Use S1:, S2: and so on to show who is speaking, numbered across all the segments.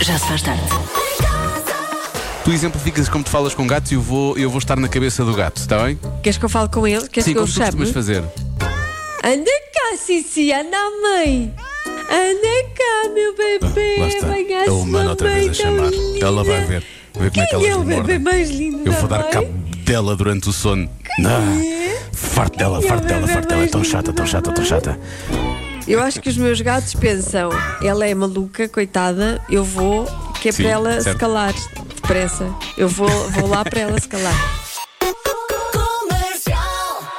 S1: Já se faz tarde.
S2: Tu exemplificas como tu falas com gatos e eu vou, eu vou estar na cabeça do gato, está bem?
S3: Queres que eu fale com ele? Queres
S2: Sim,
S3: que eu
S2: como
S3: o
S2: tu
S3: chame?
S2: costumas fazer.
S3: Anda cá, Cici, anda à mãe. Anda cá, meu bebê.
S2: Ah, Lá está. É
S3: Venha à
S2: A humana
S3: sua
S2: outra
S3: mãe
S2: vez a
S3: tão
S2: chamar.
S3: linda.
S2: Ela vai ver. Ver como é que
S3: Quem
S2: elas
S3: é o
S2: me
S3: bebê
S2: mordem.
S3: mais lindo
S2: Eu
S3: da
S2: vou dar
S3: mãe?
S2: cabo dela durante o sono. Não.
S3: é?
S2: Farto dela, farto dela, farto dela. É tão chata, tão chata, tão chata.
S3: Eu acho que os meus gatos pensam, ela é maluca, coitada, eu vou, que é
S2: Sim,
S3: para ela se
S2: certo.
S3: calar depressa. Eu vou, vou lá para ela se calar.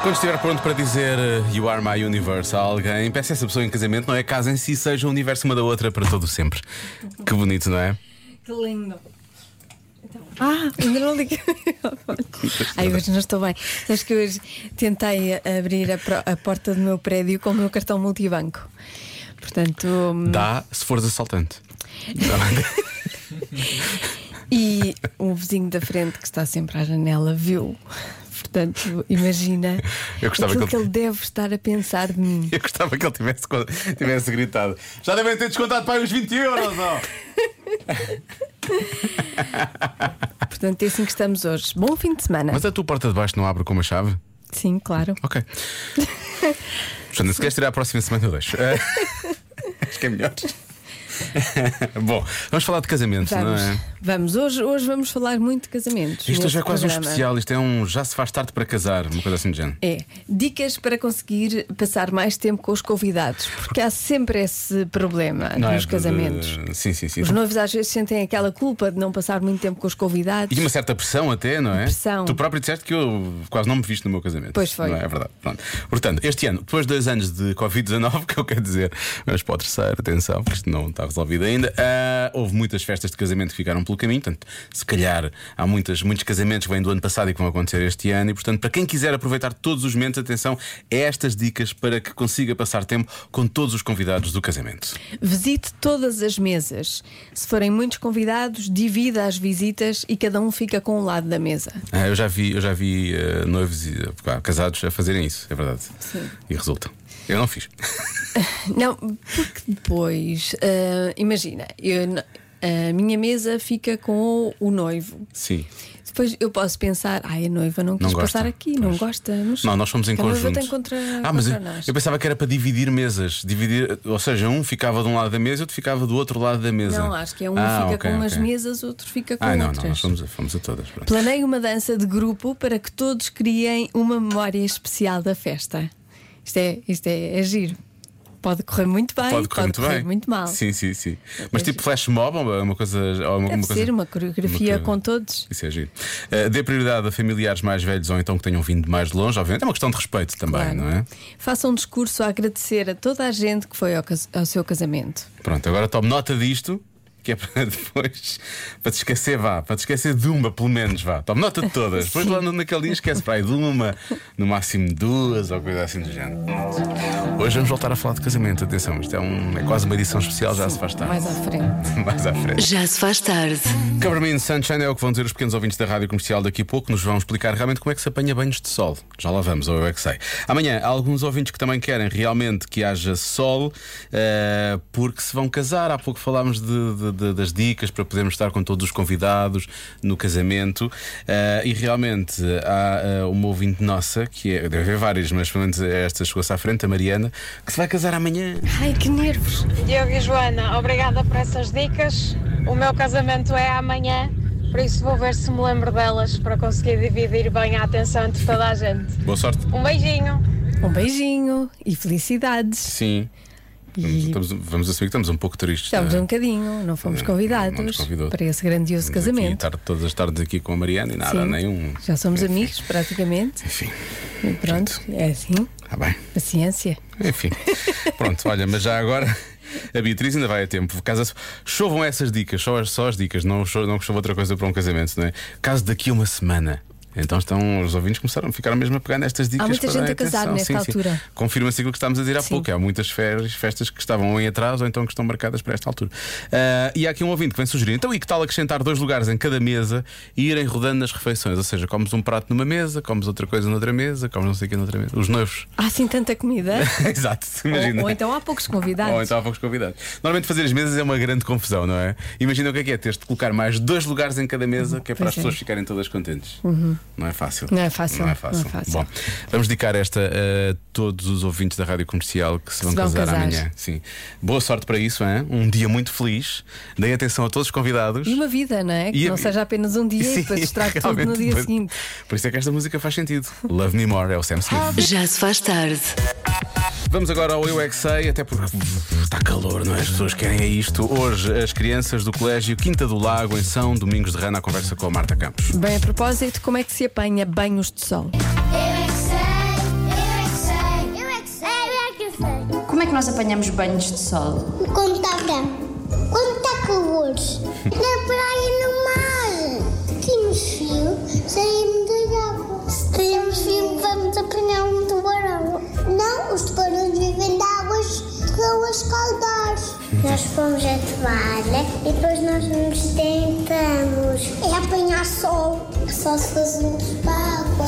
S2: Quando estiver pronto para dizer eh, You are my universe a alguém, peça essa pessoa em casamento, não é? Casem-se e sejam o universo uma da outra para todo sempre. Que bonito, não é?
S4: Que lindo.
S5: Ah, ainda não liguei. Ai, hoje não estou bem. Sabes que hoje tentei abrir a, pro- a porta do meu prédio com o meu cartão multibanco. Portanto, hum,
S2: Dá se fores assaltante.
S5: e o vizinho da frente que está sempre à janela viu. Portanto, imagina
S2: Eu gostava
S5: aquilo
S2: que
S5: que
S2: ele-
S5: ele deve estar a pensar de mim.
S2: Eu gostava que ele tivesse, co- tivesse gritado. Já devem ter descontado para aí uns 20 euros, ó.
S5: Portanto, é assim que estamos hoje. Bom fim de semana.
S2: Mas a tua porta de baixo não abre com uma chave?
S5: Sim, claro.
S2: Ok. Joana, se queres tirar a próxima semana, eu deixo. Eh, Acho que é melhor. Bom, vamos falar de casamento,
S5: Vamos,
S2: não é?
S5: vamos. Hoje, hoje vamos falar muito de casamentos.
S2: Isto hoje
S5: neste
S2: é quase um
S5: programa.
S2: especial, isto é um já se faz tarde para casar, uma coisa assim de género.
S5: É, dicas para conseguir passar mais tempo com os convidados, porque há sempre esse problema
S2: é
S5: nos
S2: de- de-
S5: casamentos.
S2: Sim, sim, sim.
S5: Os noivos às vezes sentem aquela culpa de não passar muito tempo com os convidados.
S2: E uma certa pressão até, não é?
S5: Pressão.
S2: Tu próprio disseste que eu quase não me viste no meu casamento.
S5: Pois foi.
S2: Não é, É verdade. Pronto. Portanto, este ano, depois de dois anos de Covid-19, que eu quero dizer, mas para o terceiro, atenção, porque isto não está resolvido ainda, ah, houve muitas festas de casamento que ficaram pelo caminho. Portanto, se calhar há muitas, muitos casamentos que vêm do ano passado e que vão acontecer este ano. E, portanto, para quem quiser aproveitar todos os momentos, atenção a estas dicas para que consiga passar tempo com todos os convidados do casamento.
S5: Visite todas as mesas. Se forem muitos convidados, divida as visitas e cada um fica com um lado da mesa.
S2: Ah, eu já vi, eu já vi eh, noivos e eh, casados a fazerem isso, é verdade.
S5: Sim.
S2: E resulta. Eu não fiz.
S5: Não, porque depois, ah, imagina, eu n- a minha mesa fica com o noivo.
S2: Sim.
S5: Depois eu posso pensar, ai, a noiva não quis
S2: Não gosta,
S5: passar aqui,
S2: pois.
S5: não gosta. Mas
S2: Não, nós fomos em
S5: a
S2: conjunto.
S5: Noiva tem contra,
S2: ah, mas
S5: contra
S2: eu,
S5: nós.
S2: eu pensava que era para dividir mesas. Dividir, ou seja, um ficava de um lado da mesa e outro ficava do outro lado da mesa.
S5: Não, acho que é um
S2: Ah,
S5: fica
S2: ok,
S5: com umas
S2: ok.
S5: mesas, outro fica com
S2: Ah, não,
S5: outras.
S2: não, nós fomos a, fomos a todas. pronto.
S5: Planei uma dança de grupo para que todos criem uma memória especial da festa. Isto é, isto é, é giro. Pode correr muito bem,
S2: Pode correr muito bem.
S5: muito mal. É
S2: Sim, sim, sim. Mas tipo flash mob ou uma coisa. Ou uma,
S5: Deve
S2: uma coisa-
S5: ser uma coreografia
S2: coisa-
S5: com todos.
S2: Isso é giro. Eh, dê prioridade a familiares mais velhos ou então que tenham vindo de mais de longe, obviamente. É uma questão de respeito também,
S5: Claro.
S2: não é?
S5: Faça um discurso a agradecer a toda a gente que foi ao, cas- ao seu casamento.
S2: Pronto, agora tome nota disto. Que é para depois, para te esquecer, vá, para te esquecer de uma, pelo menos, vá. Tome nota de todas. Depois lá no- naquele dia esquece para aí de uma, no máximo duas ou coisa assim do género. Hoje vamos voltar a falar de casamento, atenção, isto é, um, é quase uma edição especial, já se faz tarde.
S5: Mais à frente.
S2: Mais à frente.
S1: Já se faz tarde.
S2: Cabermin Sunshine é o que vão dizer os pequenos ouvintes da Rádio Comercial daqui a pouco. Nos vão explicar realmente como é que se apanha banhos de sol. Já lá vamos, ou eu é que sei. Amanhã, há alguns ouvintes que também querem realmente que haja sol, eh, porque se vão casar. Há pouco falámos de- de- de- das dicas para podermos estar com todos os convidados no casamento. Eh, e realmente há eh, uma ouvinte nossa, que é, deve haver várias, mas pelo menos esta chegou-se à frente, a Mariana, que se vai casar amanhã.
S5: Ai, que nervos!
S4: Diogo e Joana, obrigada por essas dicas. O meu casamento é amanhã, por isso vou ver se me lembro delas para conseguir dividir bem a atenção entre toda a gente.
S2: Boa sorte.
S4: Um beijinho.
S5: Um beijinho e felicidades.
S2: Sim.
S5: E-
S2: Estamos- vamos assumir que estamos um pouco tristes.
S5: Estamos
S2: não é?
S5: um bocadinho, não fomos
S2: Não,
S5: convidados
S2: não nos convidou.
S5: para esse grandioso
S2: Estamos aqui
S5: casamento.
S2: tarde- todas as tardes aqui com a Mariana e nada,
S5: Sim.
S2: nenhum.
S5: Já somos amigos, praticamente.
S2: Enfim,
S5: E pronto, é assim.
S2: está bem.
S5: Paciência.
S2: Enfim. Pronto, olha, mas já agora a Beatriz ainda vai a tempo. Caso chovam essas dicas, só as, só as dicas, não, cho- não chova outra coisa para um casamento, não é? Caso daqui a uma semana. Então estão, os ouvintes começaram a ficar mesmo a pegar nestas dicas.
S5: Há muita
S2: para
S5: gente
S2: dar
S5: a casar
S2: atenção.
S5: nesta
S2: Sim, sim.
S5: altura.
S2: Confirma-se aquilo que estávamos a dizer há
S5: Sim.
S2: pouco. Há muitas férias, festas que estavam em atraso ou então que estão marcadas para esta altura. Ah, e há aqui um ouvinte que vem sugerir. Então, e que tal acrescentar dois lugares em cada mesa e irem rodando nas refeições? Ou seja, comes um prato numa mesa, comes outra coisa noutra mesa, comes não sei o que noutra mesa. Os noivos.
S5: Há assim tanta comida.
S2: Exato, imagina.
S5: ou, ou então há poucos convidados.
S2: Ou então há poucos convidados. Normalmente fazer as mesas é uma grande confusão, não é? Imagina o que é que é teres de colocar mais dois lugares em cada mesa, que é para
S5: Pois
S2: as
S5: é.
S2: pessoas ficarem todas contentes. Não é fácil.
S5: Não é fácil,
S2: Não é fácil.
S5: não é fácil.
S2: Bom, vamos dedicar esta a todos os ouvintes da rádio comercial que se vão,
S5: Se vão casar.
S2: amanhã. Sim. Boa sorte para isso, hein? um dia muito feliz. Deem atenção a todos os convidados.
S5: E uma vida, não é? Que
S2: E a
S5: não
S2: vi-
S5: seja apenas um dia e depois estraga tudo no
S2: realmente,
S5: dia
S2: mas-
S5: seguinte.
S2: Por isso é que esta música faz sentido. Love Me More é o Sam Smith.
S1: Já se faz tarde.
S2: Vamos agora ao Eu é Que Sei, até porque está calor, não é? As pessoas querem é isto. Hoje, as crianças do Colégio Quinta do Lago, em São Domingos de Rana, à conversa com a Marta Campos.
S5: Bem, a propósito, como é que se apanha banhos de sol?
S6: Como é que nós apanhamos banhos de sol?
S7: Quando está quando está calor, na praia, no mar, aqui no fio, saímos da água. Se temos fio, vamos apanhar um tubarão. Não, os tubarões vivem de águas que vão escaldar. Nós fomos à toalha e depois nós nos tentamos. É apanhar sol. Só se fazemos para a água.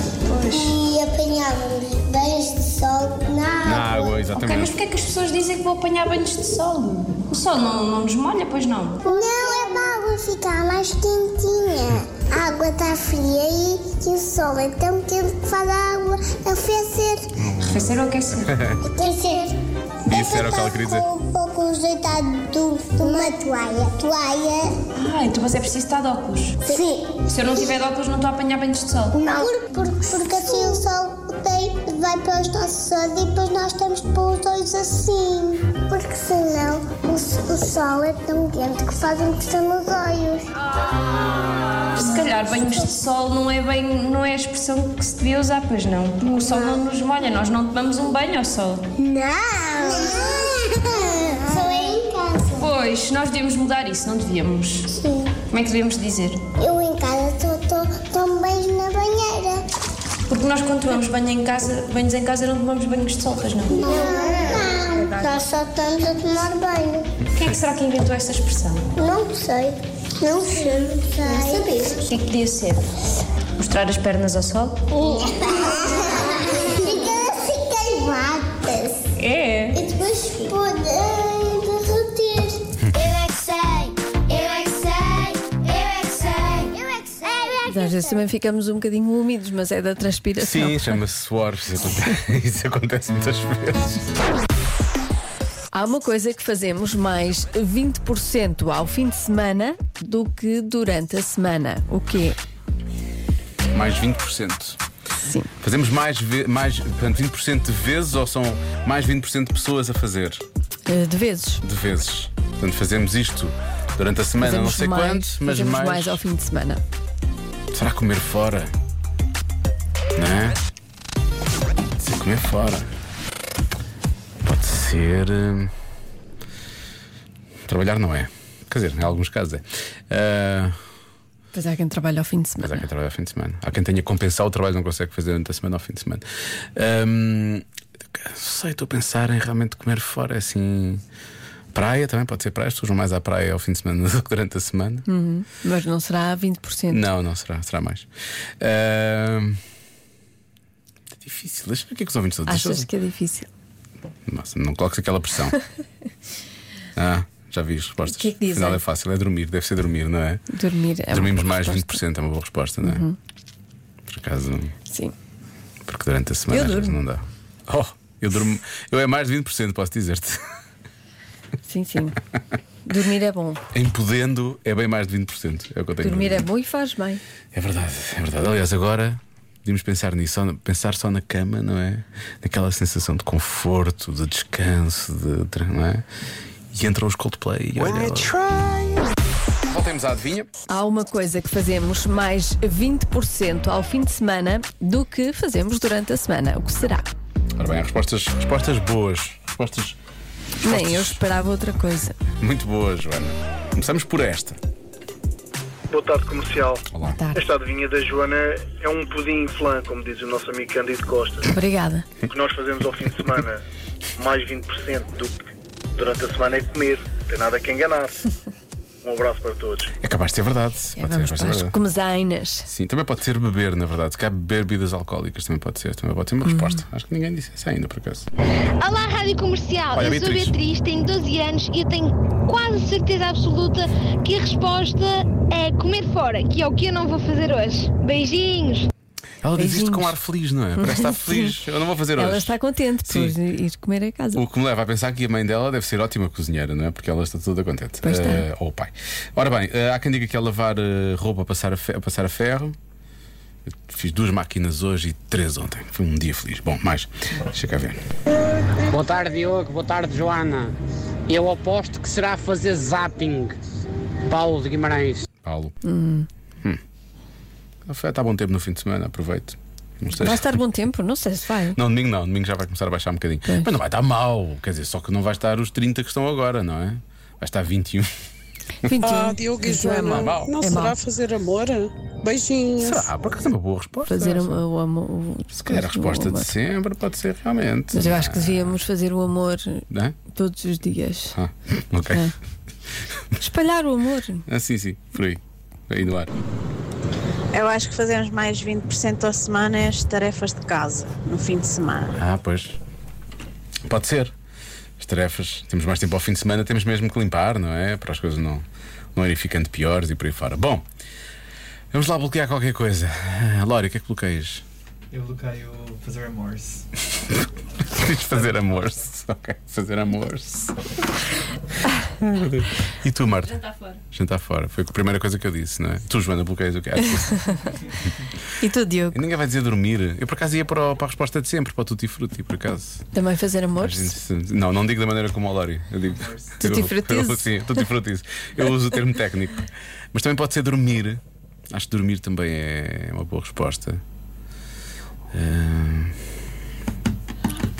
S7: E apanhávamos banhos de sol
S2: Na água, exatamente.
S6: Ok, mas porquê é que as pessoas dizem que vão apanhar banhos de sol? O sol não, não nos molha, pois não?
S7: Não, é para a água ficar mais quentinha. A água está fria e, e o sol é tão quente que faz a água aquecer.
S6: Aquecer ou aquecer?
S7: Aquecer.
S2: Isso era o que ela queria dizer.
S7: Com um pouco deitado de de uma toalha. Toalha?
S6: Ah, então mas é preciso estar de óculos.
S7: Sim.
S6: Se eu não tiver de óculos, não estou a apanhar banhos de sol.
S7: Não. porque assim o sol tem- vai para os nossos olhos e depois nós temos de pôr os olhos assim. Porque senão o, s- o sol é tão quente que faz impressão nos olhos.
S6: Se calhar banhos de sol não é bem, não é a expressão que se devia usar, pois não. O sol não nos molha, nós não tomamos um banho ao sol.
S7: Não! Não! Só é em casa.
S6: Pois, nós devíamos mudar isso, não devíamos.
S7: Sim.
S6: Como é que devíamos dizer?
S7: Eu em casa só to- tomo beijo um na banheira.
S6: Porque nós quando tomamos banho em casa, banhos em casa não tomamos banhos de sol, pois não.
S7: Não, não. Nós só estamos a tomar banho.
S6: Quem é que será que inventou esta expressão?
S7: Não sei. Não sei. Não sei.
S6: O que é que podia ser? Mostrar as pernas ao sol?
S7: Fica assim calmadas.
S6: É.
S7: E depois podem derreter. Eu é que sei. Eu é que sei. Eu é que sei. Eu é que sei. Eu é
S5: Às vezes também ficamos um bocadinho úmidos, mas é da transpiração.
S2: Sim, chama-se suor. Isso acontece, isso acontece muitas vezes.
S5: Há uma coisa que fazemos mais 20% ao fim de semana do que durante a semana. O quê?
S2: Mais 20%.
S5: Sim.
S2: Fazemos mais, ve- mais portanto, 20% de vezes ou são mais 20% de pessoas a fazer?
S5: Eh, De vezes.
S2: De vezes. Portanto, fazemos isto durante a semana,
S5: Fazemos
S2: não sei
S5: mais,
S2: quanto, mas
S5: fazemos
S2: mais.
S5: mais ao fim de semana.
S2: Será comer fora? Não é? Pode ser comer fora. Pode ser. hum, Trabalhar não é. Quer dizer, em alguns casos é. Ah,
S5: Pois há quem trabalha ao fim de
S2: mas há quem
S5: semana.
S2: trabalha ao fim de semana. Há quem tenha que compensar o trabalho que não consegue fazer durante a semana ao fim de semana. Hum, não sei, estou a pensar em realmente comer fora assim. Praia também pode ser praia, as pessoas vão mais à praia ao fim de semana do que durante a semana.
S5: Mas não será 20%.
S2: Não, não será, será mais. Ahm, É difícil. Deixa o que é que os ouvintes todos
S5: Achas que é difícil?
S2: Nossa, não coloques aquela pressão. ah, já vi as respostas.
S5: O que é que dizem?
S2: Afinal é fácil, é dormir, deve ser dormir, não é?
S5: Dormir é uma
S2: Dormimos
S5: boa
S2: mais
S5: resposta. Uhum.
S2: 20%, é uma boa resposta, não é? Por acaso,
S5: Sim.
S2: porque durante a semana
S5: Eu
S2: às vezes
S5: durmo.
S2: não dá. Oh, eu durmo. Eu é mais de 20%, posso dizer-te.
S5: Sim, sim. Dormir é bom.
S2: Em podendo, é bem mais de 20%. É o que eu tenho
S5: Dormir
S2: para
S5: é
S2: dizer.
S5: bom e faz bem.
S2: É verdade, é verdade. Aliás, agora podíamos pensar nisso, só na- pensar só na cama, não é? Naquela sensação de conforto, de descanso, de, tra- não é? E entram os Coldplay e olha. Voltemos à adivinha.
S5: Há uma coisa que fazemos mais 20% ao fim de semana do que fazemos durante a semana. O que será?
S2: Ora bem, há respostas, respostas boas. Respostas
S5: Nem eu esperava outra coisa.
S2: muito boas, Joana. Começamos por esta.
S1: Boa tarde, comercial.
S2: Olá.
S5: Tarde.
S1: Esta adivinha da Joana é um pudim flan, como diz o nosso amigo Cândido Costa.
S5: Obrigada.
S1: O que nós fazemos ao fim de semana, mais 20% do que durante a semana é comer. Não tem nada que enganar. Um abraço para todos.
S2: É capaz de ser verdade.
S5: É,
S2: Pode ser, pode
S5: vamos
S2: ser
S5: para as
S2: verdade.
S5: comezainas.
S2: Sim, também pode ser beber, na verdade. Se calhar beber bebidas alcoólicas também pode ser. Também pode ser uma
S5: Uhum.
S2: resposta. Acho que ninguém disse isso ainda, por acaso.
S8: Olá, Rádio Comercial.
S2: Olha,
S8: eu sou
S2: Beatriz.
S8: Beatriz, tenho 12 anos e eu tenho quase certeza absoluta que a resposta é comer fora, que é o que eu não vou fazer hoje. Beijinhos!
S2: Ela diz isto
S5: Beijinhos.
S2: com ar feliz, não é? Parece estar feliz. Eu não vou fazer
S5: Ela
S2: hoje.
S5: está contente por
S2: Sim.
S5: ir comer a casa.
S2: O que me leva a pensar que a mãe dela deve ser ótima cozinheira, não é? Porque ela está toda contente.
S5: Pois está.
S2: Eh, ou o pai. Ora bem, eh, há quem diga que é lavar eh, roupa a passar a, fe- a passar a ferro. Eu fiz duas máquinas hoje e três ontem. Foi um dia feliz. Bom, mais. Deixa cá ver.
S9: Boa tarde, Diogo. Boa tarde, Joana. Eu aposto que será fazer zapping. Paulo de Guimarães.
S2: Paulo. Hum. Foi- Está bom tempo no fim de semana, aproveito. Não sei.
S5: Vai estar bom tempo? Não sei se vai.
S2: Não, domingo não, domingo já vai começar a baixar um bocadinho. Mas não vai estar mal, quer dizer, só que não vai estar os 30 que estão agora, não é? Vai estar 21.
S5: 21.
S10: Ah, Diogo e
S5: Isso é
S10: Joana,
S5: mau.
S10: não
S5: É
S10: será
S5: mau.
S10: fazer amor? Beijinhos.
S2: Será? Por acaso é uma boa resposta.
S5: Fazer o, o amor.
S2: Se calhar a resposta de sempre pode ser realmente.
S5: Mas eu acho que devíamos fazer o amor
S2: Não é?
S5: todos os dias.
S2: Ah, ok.
S5: É. Espalhar o amor.
S2: Ah, sim, sim, por aí. Aí no ar.
S4: Eu acho que fazemos mais 20% da semana é as tarefas de casa, no fim de semana.
S2: Ah, pois. Pode ser. As tarefas, temos mais tempo ao fim de semana, temos mesmo que limpar, não é? Para as coisas não, não irem ficando piores e por aí fora. Bom, vamos lá bloquear qualquer coisa. Ah, Lória, o que é que bloqueias?
S9: Eu bloqueio fazer amores.
S2: Diz fazer amor. Ok, fazer amor. e tu, Marta? Jantar fora. Jantar fora. Foi a primeira coisa que eu disse, não é? Tu, Joana, bloqueias o que é?
S5: E tu, Diogo?
S2: E ninguém vai dizer dormir. Eu por acaso ia para, o- para a resposta de sempre, para o Tutti Frutti, por acaso.
S5: Também fazer amor?
S2: A gente- Não, não digo da maneira como o Lório. Eu digo.
S5: Tutti
S2: eu-
S5: Fruttis.
S2: eu- Sim, tutti frutis. Eu uso o termo técnico. Mas também pode ser dormir. Acho que dormir também é uma boa resposta. Ahm,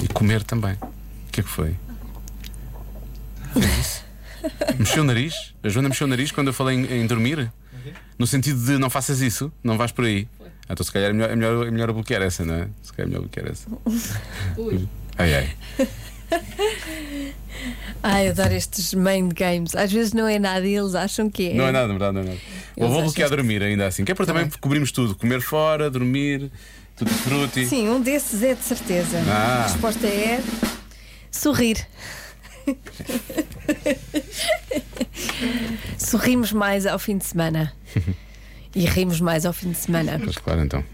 S2: E comer também. O que é que foi? Fez isso? Mexeu o nariz? A Joana mexeu o nariz quando eu falei em, em dormir? No sentido de não faças isso, não vais por aí. Ah, então se calhar é melhor, é melhor, é melhor eu bloquear essa, não é? Se calhar é melhor bloquear essa. Ai ai.
S5: Ai, adoro estes mind games. Às vezes não é nada e eles acham que é.
S2: Não é nada, na verdade, não é nada. Ou vou
S5: acham Tá
S2: bloquear dormir ainda assim, que é para também cobrirmos tudo: comer fora, dormir, tudo frutti.
S5: Sim, um desses é de certeza.
S2: Ah.
S5: A resposta é sorrir. Sorrimos mais ao fim de semana. E rimos mais ao fim de semana.
S2: Mas claro, então.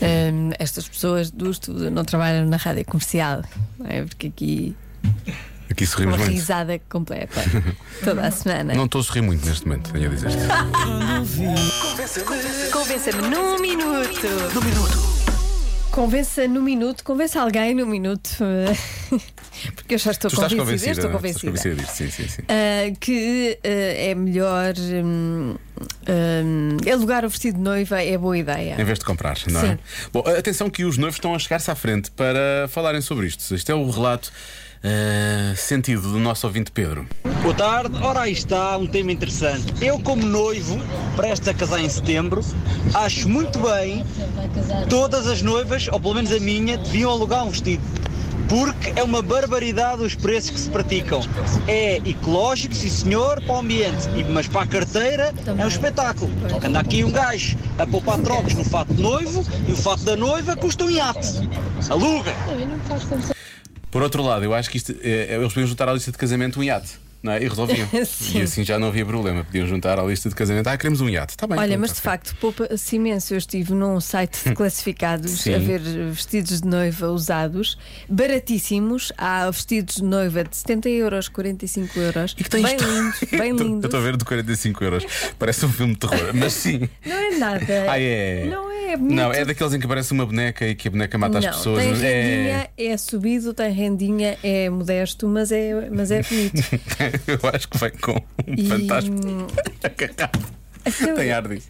S5: Hum, estas pessoas do estudo não trabalham na rádio comercial, não é? Porque aqui
S2: Aqui
S5: uma
S2: sorrimos muito.
S5: risada completa toda a semana.
S2: Não estou a sorrir muito neste momento, tenho a dizer.
S5: Convença-me num minuto. No minuto. Convença no minuto, convença alguém no minuto. Porque eu já estou
S2: Tu estás
S5: convencida,
S2: convencida?
S5: estou
S2: não é? Estás convencida
S5: convencida.
S2: disto, sim, sim, sim.
S5: Ah, que ah, é melhor hum, hum, alugar o vestido de noiva é boa ideia.
S2: Em vez de comprar, não é?
S5: Sim.
S2: Bom, atenção que os noivos estão a chegar-se à frente para falarem sobre isto. Isto é o relato eh, sentido do nosso ouvinte Pedro.
S9: Boa tarde, ora aí está um tema interessante. Eu, como noivo, prestes a casar em setembro, acho muito bem todas as noivas, ou pelo menos a minha, deviam alugar um vestido. Porque é uma barbaridade os preços que se praticam. É ecológico, sim senhor, para o ambiente, e- mas para a carteira é um espetáculo. Anda aqui um gajo a poupar trocos no fato de noivo e o fato da noiva custa um iate. Aluga!
S2: Por outro lado, eu acho que isto, eh, eles podiam juntar à lista de casamento um iate. Não é? E resolviam.
S5: Sim.
S2: E assim já não havia problema. Podiam juntar à lista de casamento. Ah, queremos um iate. Está bem.
S5: Olha,
S2: pronto,
S5: mas de
S2: ok.
S5: facto, poupa-se imenso. Eu estive num site de classificados
S2: Hum. Sim.
S5: a ver vestidos de noiva usados, baratíssimos. Há vestidos de noiva de 70 euros, 45 euros.
S2: E que tens
S5: bem lindos, bem
S2: Eu tô- Eu
S5: lindos.
S2: estou a ver de 45 euros. Parece um filme de terror, mas sim.
S5: Não é nada.
S2: Ah, é.
S5: Não é, é bonito.
S2: Não, é daqueles em que aparece uma boneca e que a boneca mata
S5: Não,
S2: as pessoas.
S5: tem
S2: é.
S5: rendinha, é... subido, tem rendinha, é modesto, mas é, mas é bonito.
S2: Eu acho que vem com um
S5: E- Então é.
S2: fantasma agarrado. Tem ar disso.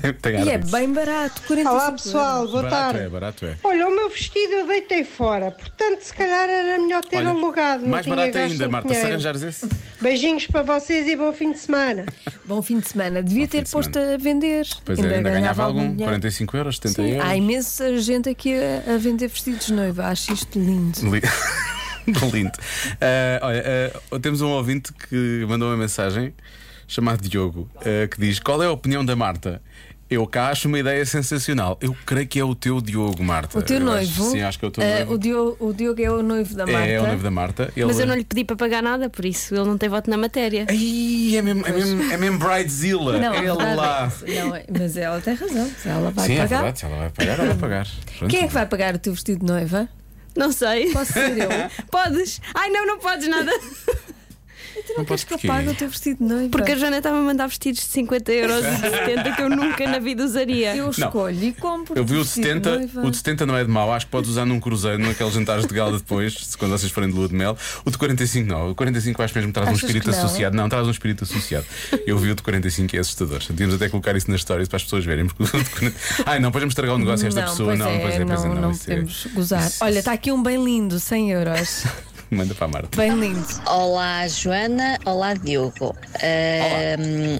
S2: Tem, tem ar
S5: E é
S2: disso.
S5: bem barato, 45
S10: Olá pessoal, boa
S2: Barato
S10: tarde.
S2: é, barato é.
S10: Olha, o meu vestido eu deitei fora, portanto se calhar era melhor ter
S2: Olha,
S10: alugado. não
S2: mais
S10: tinha
S2: barato
S10: gasto
S2: ainda,
S10: um
S2: Marta, se
S10: dinheiro.
S2: arranjares esse.
S10: Beijinhos para vocês e bom fim de semana.
S5: Bom fim de semana. Devia ter posto a vender.
S2: Pois é, ainda ganhava algum,
S5: dinheiro.
S2: 45 euros, 70
S5: Sim,
S2: euros.
S5: há imensa gente aqui a, a vender vestidos de noiva. Acho isto lindo.
S2: Li- Lindo. Ah, olha, ah, temos um ouvinte que mandou uma mensagem chamado Diogo ah, que diz: Qual é a opinião da Marta? Eu cá acho uma ideia sensacional. Eu creio que é o teu Diogo, Marta.
S5: O teu
S2: Eu acho-
S5: noivo.
S2: sim, acho que é o teu
S5: eh,
S2: noivo.
S5: o, Diogo, o Diogo é o noivo da Marta.
S2: É, é o noivo da Marta. Ele...
S11: Mas eu não lhe pedi para pagar nada, por isso ele não tem voto na matéria.
S2: Ai, é mesmo, é mesmo, é mesmo Bridezilla.
S5: Não, a
S2: Ele
S5: verdade
S2: lá.
S5: é- não, é- mas ela tem razão. Se ela vai
S2: Sim, é
S5: pagar.
S2: verdade. Se ela vai pagar, ela vai pagar. Pronto.
S5: Quem é que vai pagar o teu vestido de noiva?
S11: Não sei.
S5: Posso ser eu?
S11: Podes? Ai não, não podes nada.
S5: Tu
S2: não
S5: queres
S2: podes
S5: que eu
S2: porquê?
S5: pague o teu vestido de noiva?
S11: Porque a Joana estava a mandar vestidos de 50 euros e de 70 que eu nunca na vida usaria.
S5: eu escolho e compro.
S2: Eu vi o de
S5: vestido de
S2: 70,
S5: noiva.
S2: o de 70 não é de mau, acho que podes usar num cruzeiro, num aqueles jantares de gala depois, se- quando vocês forem de lua de mel. O de 45 não, o de 45 acho mesmo que traz
S5: Achas
S2: um espírito
S5: que não?
S2: associado. Não, traz um espírito associado. Eu vi o de 45 e é assustador. Devíamos até colocar isso nas histórias para as pessoas verem. porque o de 40 Ai, não, podemos estragar o negócio a esta
S5: não,
S2: pessoa.
S5: pois
S2: não,
S5: é,
S2: pois é, pois é,
S5: não,
S2: não,
S5: não
S2: isso é-
S5: podemos gozar.
S2: isso-
S5: Olha, está aqui um bem lindo, 100 euros.
S2: Manda para a Marta.
S5: Bem lindo.
S12: Olá, Joana. Olá, Diogo. Ahm,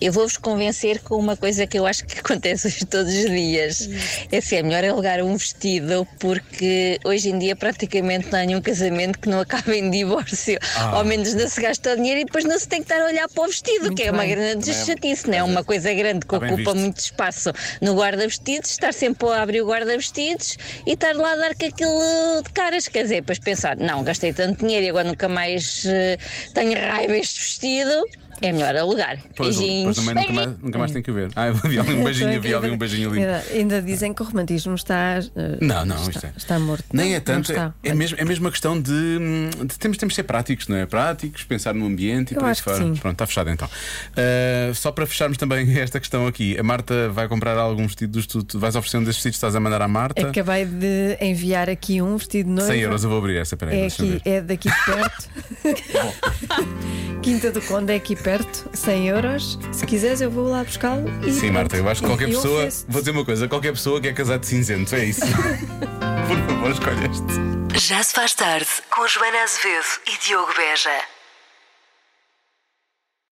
S12: Eu vou-vos convencer com uma coisa que eu acho que acontece hoje todos os dias. É assim, é melhor alugar um vestido porque hoje em dia praticamente não há nenhum casamento que não acabe em divórcio.
S13: Ah.
S12: Ao menos não se gasta o dinheiro e depois não se tem que estar a olhar para o vestido, que é uma grande
S13: Também é-
S12: chatice, não é? Uma coisa grande que
S13: Está bem
S12: ocupa
S13: visto.
S12: muito espaço no guarda-vestidos, estar sempre a abrir o guarda-vestidos e estar lá a dar com aquilo de caras. Quer dizer, depois pensar, não, gastei tanto dinheiro e agora nunca mais eh, tenho raiva este vestido. É melhor alugar.
S2: Pois,
S12: Beijinhos.
S2: depois também nunca mais, nunca mais tem que ver. Ah, havia ali um beijinho, havia ali um beijinho ali.
S5: Ainda- Ainda dizem que o romantismo está. eh,
S2: Não, não, isto
S5: está,
S2: é-
S5: está morto.
S2: Nem
S5: Não,
S2: é tanto,
S5: não
S2: é,
S5: está.
S2: é mesmo, é mesmo uma questão de, hum, de temos, temos de ser práticos, não é? Práticos, pensar no ambiente e
S5: Eu
S2: por aí
S5: acho que
S2: fora.
S5: sim.
S2: Pronto, está fechado então. Ah, só para fecharmos também esta questão aqui, a Marta vai comprar algum vestido dos tu, tu vais oferecer um desses vestidos que estás a mandar à Marta?
S5: Acabei de enviar aqui um vestido de noiva.
S2: 100 euros, eu vou abrir essa, peraí,
S5: É,
S2: deixa-me
S5: aqui,
S2: ver.
S5: é daqui de perto. Quinta do Conde é aqui perto, 100 euros. Se quiseres, eu vou lá buscá-lo. e
S2: Sim,
S5: pronto.
S2: Marta, eu acho que
S5: E-
S2: qualquer
S5: eu
S2: pessoa.
S5: ofereço.
S2: Vou dizer uma coisa: qualquer pessoa quer casar de cinzento, é isso. Por favor, escolheste.
S14: Já se faz tarde com Joana Azevedo e Diogo Beja.